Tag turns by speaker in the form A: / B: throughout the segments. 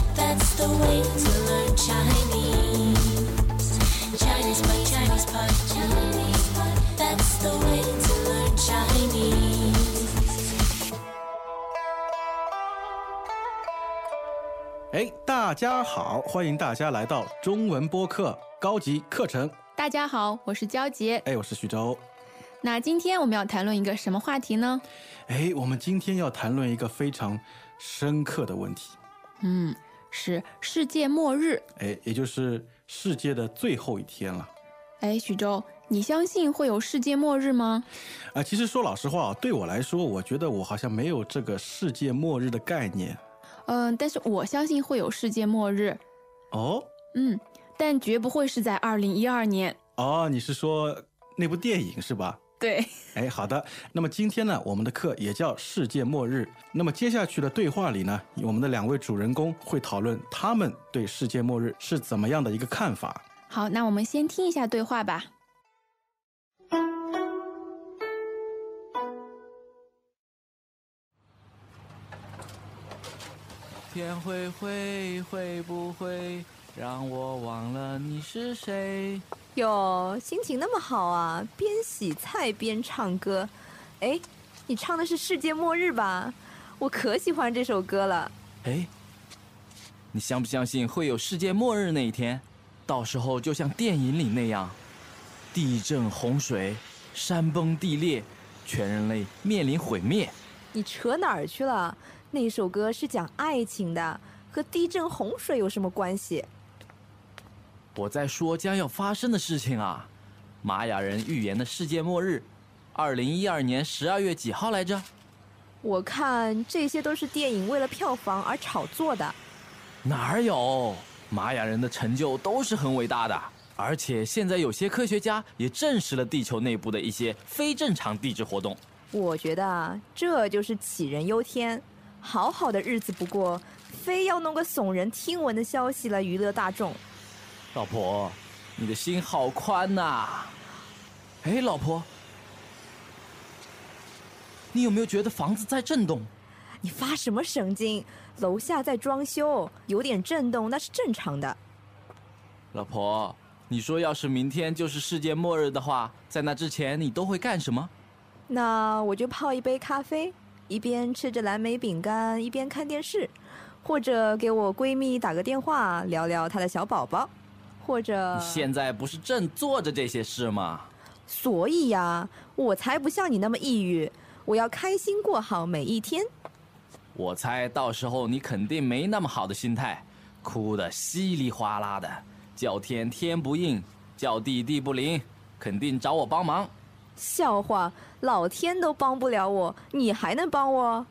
A: a way to learn Chinese. Chinese pot, Chinese pot, Chinese pot. That's the way to learn Chinese.
B: 哎，大家好，欢迎大家来到中文播客高级课程。
C: 大家好，我是焦杰。
B: 哎，我是徐州。
C: 那今天我们要谈论一个什么话题呢？
B: 哎，我们今天要谈论一个非常深刻的问题，
C: 嗯，是世界末日。
B: 哎，也就是世界的最后一天了。
C: 哎，许州，你相信会有世界末日吗？
B: 啊、其实说老实话，对我来说，我觉得我好像没有这个世界末日的概念。
C: 嗯、但是我相信会有世界末日。
B: 哦
C: 嗯，但绝不会是在二零一二年。
B: 哦，你是说那部电影是吧？
C: 对，
B: 哎，好的。那么今天呢，我们的课也叫世界末日。那么接下去的对话里呢，我们的两位主人公会讨论他们对世界末日是怎么样的一个看法。
C: 好，那我们先听一下对话吧。
D: 天灰灰会不会让我忘了你是谁？
E: 哟，心情那么好啊，边洗菜边唱歌。哎，你唱的是世界末日吧？我可喜欢这首歌了。
D: 哎，你相不相信会有世界末日那一天？到时候就像电影里那样，地震、洪水、山崩地裂，全人类面临毁灭。
E: 你扯哪儿去了？那首歌是讲爱情的，和地震、洪水有什么关系？
D: 我在说将要发生的事情啊！玛雅人预言的世界末日，二零一二年十二月几号来着？
E: 我看这些都是电影为了票房而炒作的。
D: 哪儿有？玛雅人的成就都是很伟大的，而且现在有些科学家也证实了地球内部的一些非正常地质活动。
E: 我觉得啊，这就是杞人忧天。好好的日子不过，非要弄个耸人听闻的消息来娱乐大众。
D: 老婆，你的心好宽呐、哎，老婆，你有没有觉得房子在震动？
E: 你发什么神经？楼下在装修，有点震动那是正常的。
D: 老婆，你说要是明天就是世界末日的话，在那之前你都会干什么？
E: 那我就泡一杯咖啡，一边吃着蓝莓饼干，一边看电视，或者给我闺蜜打个电话，聊聊她的小宝宝，或 者……
D: 你现在不是正做着这些事吗？
E: 所以呀、我才不像你那么抑郁，我要开心过好每一天。
D: 我猜到时候你肯定没那么好的心态，哭得稀里哗啦的，叫天天不应，叫地地不灵，肯定找我帮忙。
E: 笑话，老天都帮不了我，你还能帮我？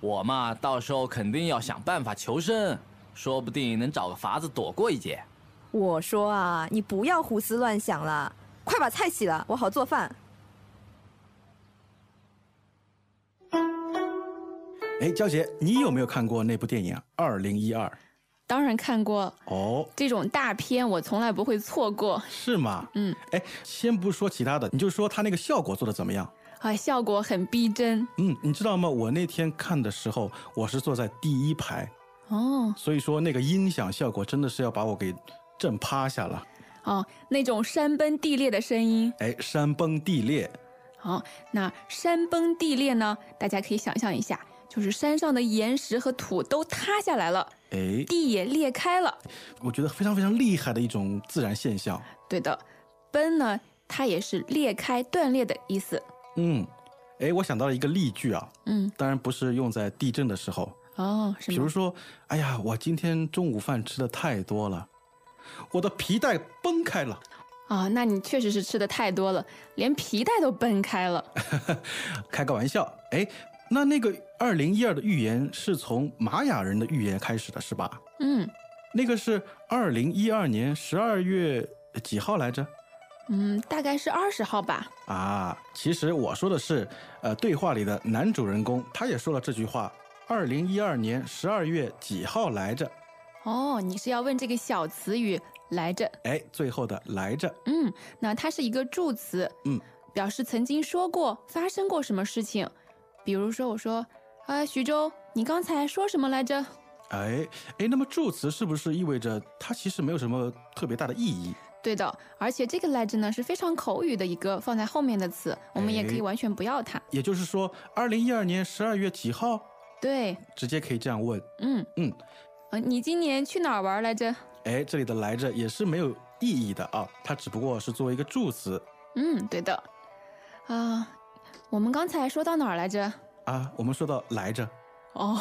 D: 我嘛，到时候肯定要想办法求生，说不定能找个法子躲过一劫。
E: 我说啊，你不要胡思乱想了，快把菜洗了，我好做饭。
B: 哎，娇姐，你有没有看过那部电影《二零一二》？
C: 当然看过
B: 哦，
C: 这种大片，我从来不会错过。
B: 是吗？
C: 嗯，
B: 哎，先不说其他的，你就说它那个效果做的怎么样？
C: 啊，效果很逼真
B: 嗯，你知道吗？我那天看的时候，我是坐在第一排，
C: 哦
B: 所以说那个音响效果真的是要把我给震趴下了。
C: 哦，那种山崩地裂的声音。
B: 哎，山崩地裂，
C: 好，那山崩地裂呢？大家可以想象一下，就是山上的岩石和土都塌下来了，
B: 哎，
C: 地也裂开了。
B: 我觉得非常非常厉害的一种自然现象。
C: 对的，崩呢，它也是裂开、断裂的意思。
B: 嗯，哎，我想到了一个例句啊，
C: 嗯，
B: 当然不是用在地震的时候，
C: 哦，什
B: 比如
C: 么？
B: 说，哎呀，我今天中午饭吃的太多了，我的皮带崩开了。
C: 啊，那你确实是吃的太多了，连皮带都崩开了。
B: 开个玩笑，哎，那那个二零一二的预言是从玛雅人的预言开始的，是吧？
C: 嗯
B: 那个是二零一二年十二月几号来着？
C: 嗯，大概是二十号吧。
B: 啊，其实我说的是，呃，对话里的男主人公他也说了这句话。二零一二年十二月几号来着？
C: 哦，你是要问这个小词语来着？
B: 哎，最后的来着，
C: 嗯，那它是一个助词，
B: 嗯，
C: 表示曾经说过、发生过什么事情。比如说，我说，啊、徐州，你刚才说什么来着？
B: 哎哎，那么助词是不是意味着它其实没有什么特别大的意义？
C: 对的，而且这个 legend 呢是非常口语的一个放在后面的词，我们也可以
B: 哎
C: 完全不要它。
B: 也就是说，二零一二年十二月几号，
C: 对，
B: 直接可以这样问。
C: 嗯
B: 嗯，
C: 呃，你今年去哪儿玩来着？
B: 哎，这里的来着也是没有意义的啊，它只不过是作为一个助词
C: 嗯，对的。啊、我们刚才说到哪儿来着？
B: 啊。我们说到来着，
C: 哦，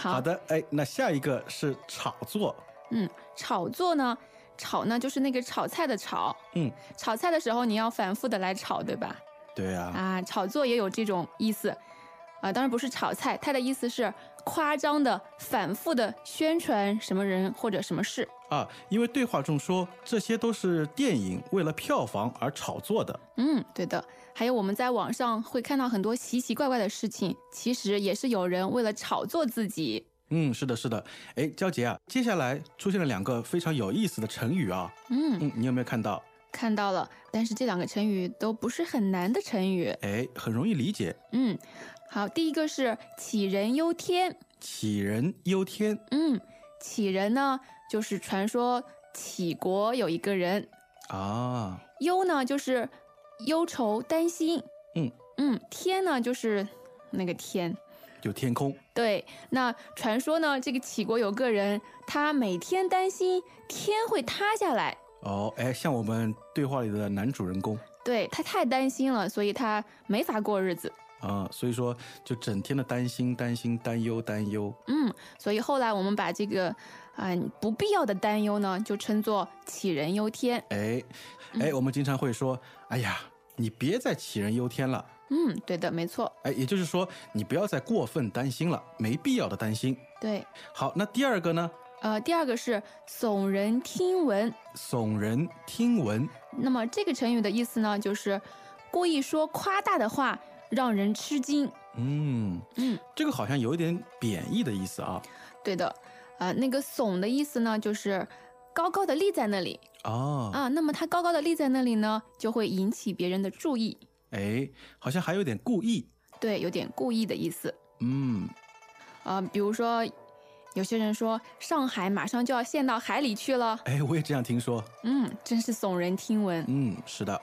C: 好
B: 好的，哎，那下一个是炒作，
C: 嗯，炒作呢，炒呢就是那个炒菜的炒，
B: 嗯，
C: 炒菜的时候你要反复的来炒，对吧？
B: 对啊，
C: 啊，炒作也有这种意思，啊，当然不是炒菜，它的意思是夸张的、反复的宣传什么人或者什么事。
B: 啊，因为对话中说这些都是电影为了票房而炒作的。
C: 嗯，对的。还有我们在网上会看到很多奇奇怪怪的事情，其实也是有人为了炒作自己。
B: 嗯，是的，是的。哎，娇杰啊，接下来出现了两个非常有意思的成语啊。
C: 嗯，
B: 嗯，你有没有看到？
C: 看到了，但是这两个成语都不是很难的成语。
B: 哎，很容易理解，
C: 嗯，好，第一个是杞人忧天。
B: 杞人忧天
C: 嗯，杞人呢，就是传说杞国有一个人，
B: 啊。
C: 忧呢就是忧愁担心，
B: 嗯
C: 嗯，天呢就是那个天。
B: 有天空
C: 对，那传说呢，这个杞国有个人，他每天担心天会塌下来，
B: 哦，哎，像我们对话里的男主人公
C: 对他太担心了，所以他没法过日子。
B: 啊，所以说就整天的担心、担心、担忧、担忧。
C: 嗯，所以后来我们把这个，嗯、不必要的担忧呢，就称作杞人忧天。
B: 哎，哎，我们经常会说，哎呀，你别再杞人忧天了。
C: 嗯，对的，没错，
B: 哎，也就是说，你不要再过分担心了，没必要的担心。
C: 对。
B: 好，那第二个呢？
C: 呃，第二个是耸人听闻。
B: 耸人听闻
C: 那么这个成语的意思呢，就是故意说夸大的话，让人吃惊。
B: 嗯，
C: 嗯，
B: 这个好像有一点贬义的意思啊。
C: 对的。呃，那个耸的意思呢，就是高高的立在那里
B: 哦，
C: 啊。那么它高高的立在那里呢，就会引起别人的注意。
B: 哎，好像还有点故意。
C: 对，有点故意的意思。
B: 嗯，
C: 啊，比如说，有些人说上海马上就要陷到海里去了，
B: 哎，我也这样听说。
C: 嗯，真是耸人听闻。
B: 嗯，是的。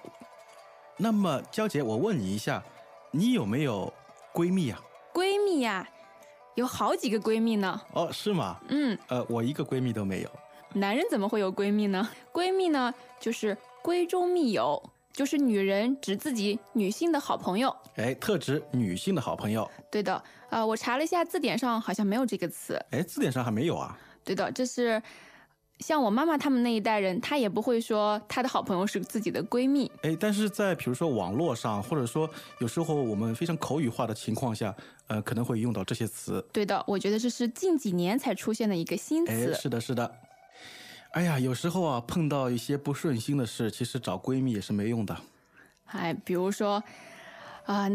B: 那么，娇姐，我问你一下，你有没有闺蜜啊呀、
C: 闺蜜呀、有好几个闺蜜呢。
B: 哦，是吗？
C: 嗯，
B: 呃，我一个闺蜜都没有。
C: 男人怎么会有闺蜜呢？闺蜜呢，就是闺中密友，就是女人指自己女性的好朋友。
B: 哎，特指女性的好朋友。
C: 对的，呃，我查了一下字典上好像没有这个词。
B: 哎，字典上还没有啊。
C: 对的，这是像我妈妈他们那一代人，她也不会说她的好朋友是自己的闺蜜。
B: 哎，但是在比如说网络上，或者说有时候我们非常口语化的情况下，呃，可能会用到这些词。
C: 对的，我觉得这是近几年才出现的一个新
B: 哎，
C: 词。
B: 是的，是的。哎呀，有时候啊，碰到一些不顺心的事，其实找闺蜜也是没用的。
C: 哎，比如说，啊、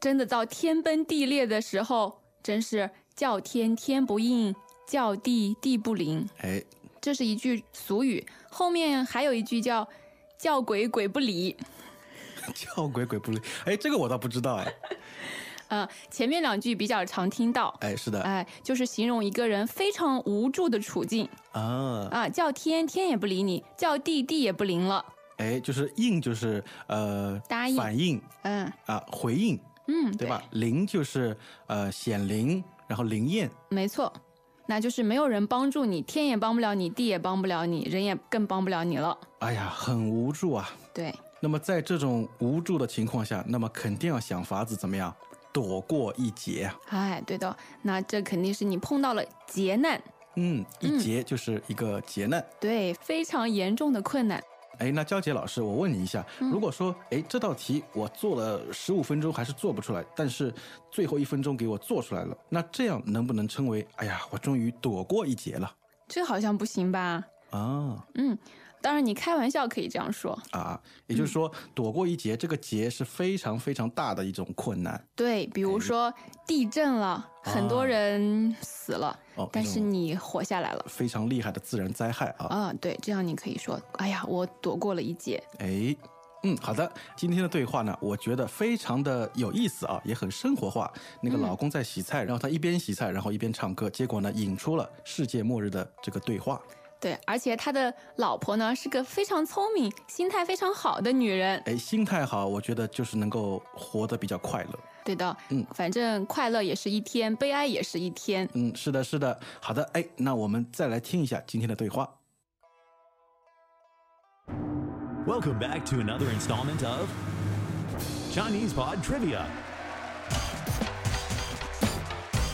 C: 真的到天崩地裂的时候，真是叫天天不应，叫地地不灵。
B: 哎，
C: 这是一句俗语，后面还有一句叫“叫鬼鬼不理
B: 叫鬼鬼不理。哎，这个我倒不知道哎。”。
C: 呃，前面两句比较常听到，
B: 哎，是的
C: 哎、就是形容一个人非常无助的处境
B: 啊，
C: 啊，叫天天也不理你，叫地地也不灵了。
B: 哎，就是应就是呃，
C: 答应
B: 反应
C: 嗯
B: 啊、回应，
C: 嗯，
B: 对吧？灵就是呃显灵，然后灵验。
C: 没错，那就是没有人帮助你，天也帮不了你，地也帮不了你，人也更帮不了你了。
B: 哎呀，很无助啊。
C: 对，
B: 那么在这种无助的情况下，那么肯定要想法子怎么样躲过一劫啊。
C: 哎，对的，那这肯定是你碰到了劫难，
B: 嗯，一
C: 嗯
B: 劫就是一个劫难。
C: 对，非常严重的困难。
B: 哎，那娇姐老师，我问你一下，
C: 嗯
B: 如果说哎这道题我做了十五分钟还是做不出来，但是最后一分钟给我做出来了，那这样能不能称为哎呀我终于躲过一劫了
C: 这好像不行吧？
B: 啊
C: 嗯，当然你开玩笑可以这样说，
B: 啊？也
C: 嗯
B: 就是说，躲过一劫，这个劫是非常非常大的一种困难
C: 对，
B: 哎
C: 比如说地震了，很
B: 啊
C: 多人死了，
B: 哦
C: 但是你活下来了。
B: 非常厉害的自然灾害啊。
C: 啊、对，这样你可以说，哎呀，我躲过了一劫。
B: 哎，嗯，好的。今天的对话呢，我觉得非常的有意思啊，也很生活化。那个老公在洗菜，然后他一边洗菜，然后一边唱歌，结果呢，引出了世界末日的这个对话。
C: 对，而且他的老婆呢是个非常聪明、心态非常好的女人。
B: 哎，心态好，我觉得就是能够活得比较快乐。
C: 对的，
B: 嗯
C: 反正快乐也是一天，悲哀也是一天。
B: 嗯，是的，是的。好的，哎，那我们再来听一下今天的对话。
F: Welcome back to another installment of Chinese Pod Trivia.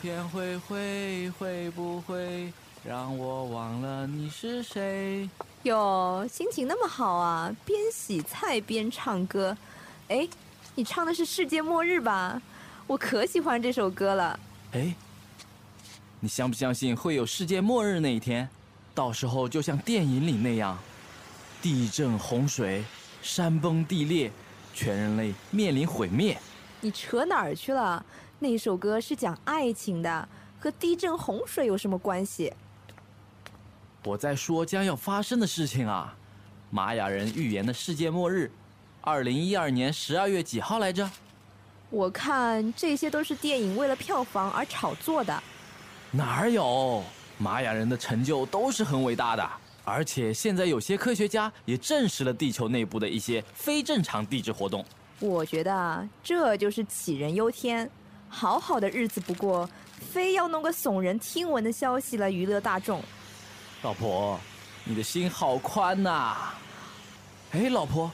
D: 天灰灰会不会让我忘了你是谁？
E: 哟，心情那么好啊，边洗菜边唱歌。哎，你唱的是《世界末日》吧？我可喜欢这首歌了。
D: 哎，你相不相信会有世界末日那一天？到时候就像电影里那样，地震、洪水、山崩地裂，全人类面临毁灭。
E: 你扯哪儿去了？那首歌是讲爱情的，和地震、洪水有什么关系？
D: 我在说将要发生的事情啊！玛雅人预言的世界末日，二零一二年十二月几号来着？
E: 我看这些都是电影为了票房而炒作的。
D: 哪儿有？玛雅人的成就都是很伟大的，而且现在有些科学家也证实了地球内部的一些非正常地质活动。
E: 我觉得啊，这就是杞人忧天。好好的日子不过，非要弄个耸人听闻的消息来娱乐大众。
D: 老婆，你的心好宽呐、哎，老婆，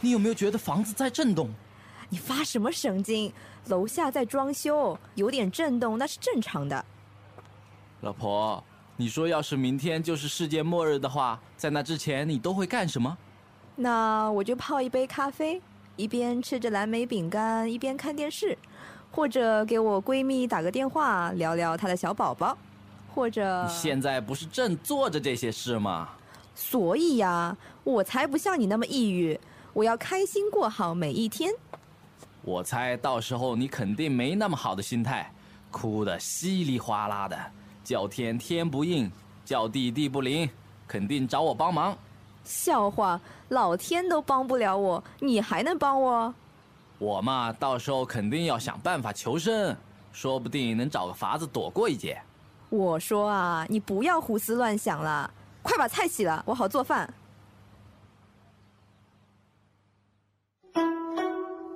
D: 你有没有觉得房子在震动？
E: 你发什么神经？楼下在装修，有点震动那是正常的。
D: 老婆，你说要是明天就是世界末日的话，在那之前你都会干什么？
E: 那我就泡一杯咖啡，一边吃着蓝莓饼干，一边看电视，或者给我闺蜜打个电话，聊聊她的小宝宝，或者……
D: 你现在不是正做着这些事吗？
E: 所以呀、我才不像你那么抑郁，我要开心过好每一天。
D: 我猜到时候你肯定没那么好的心态，哭得稀里哗啦的，叫天天不应，叫地地不灵，肯定找我帮忙。
E: 笑话，老天都帮不了我，你还能帮我？
D: 我嘛，到时候肯定要想办法求生，说不定能找个法子躲过一劫。
E: 我说啊，你不要胡思乱想了，快把菜洗了，我好做饭。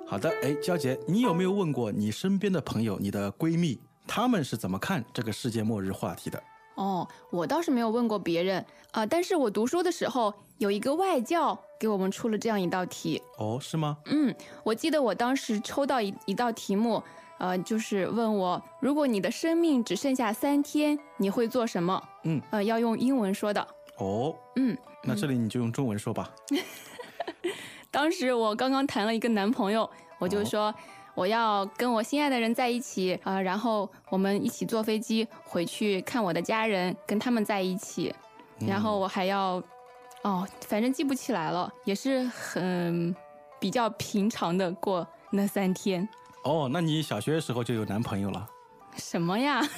B: 好的，哎，娇姐，你有没有问过你身边的朋友、你的闺蜜，她们是怎么看这个世界末日话题的？
C: 哦，我倒是没有问过别人啊、但是我读书的时候有一个外教给我们出了这样一道题。
B: 哦，是吗？
C: 嗯，我记得我当时抽到一一道题目，呃，就是问我，如果你的生命只剩下三天，你会做什么？
B: 嗯，
C: 呃，要用英文说的。
B: 哦，
C: 嗯，
B: 那这里你就用中文说吧。
C: 当时我刚刚谈了一个男朋友，我就说我要跟我心爱的人在一起啊、呃然后我们一起坐飞机回去看我的家人，跟他们在一起，然后我还要，哦，反正记不起来了，也是很比较平常的过那三天。
B: 哦，那你小学的时候就有男朋友了
C: 什么呀？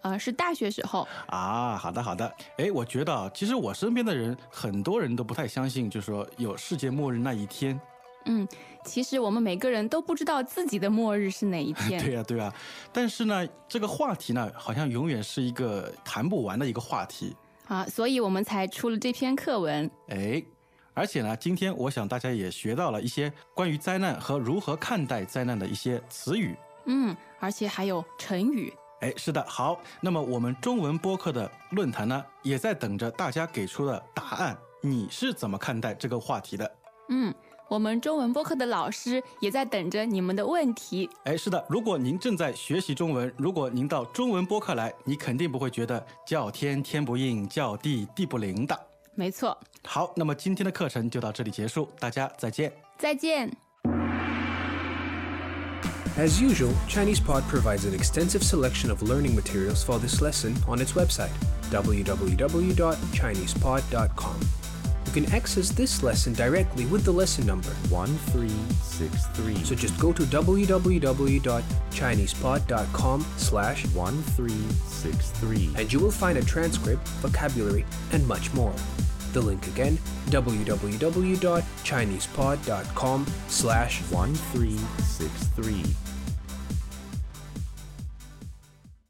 C: 啊，是大学时候，
B: 啊？好的，好的。哎，我觉得啊，其实我身边的人，很多人都不太相信，就说有世界末日那一天。
C: 嗯，其实我们每个人都不知道自己的末日是哪一天。
B: 对呀、对呀、但是呢，这个话题呢，好像永远是一个谈不完的一个话题。
C: 啊，所以我们才出了这篇课文。
B: 哎，而且呢，今天我想大家也学到了一些关于灾难和如何看待灾难的一些词语。
C: 嗯，而且还有成语。
B: 哎，是的，好，那么我们中文播客的论坛呢，也在等着大家给出的答案。你是怎么看待这个话题的？
C: 嗯，我们中文播客的老师也在等着你们的问题。
B: 哎，是的，如果您正在学习中文，如果您到中文播客来，你肯定不会觉得叫天天不应，叫地地不灵的。
C: 没错，
B: 好，那么今天的课程就到这里结束，大家再见。
C: 再见。
G: As usual, ChinesePod provides an extensive selection of learning materials for this lesson on its website, www.chinesepod.com. You can access this lesson directly with the lesson number,
H: 1363.
G: so just go to www.chinesepod.com slash
H: 1363.
G: and you will find a transcript, vocabulary, and much more. The link again, www.chinesepod.com slash
H: 1363.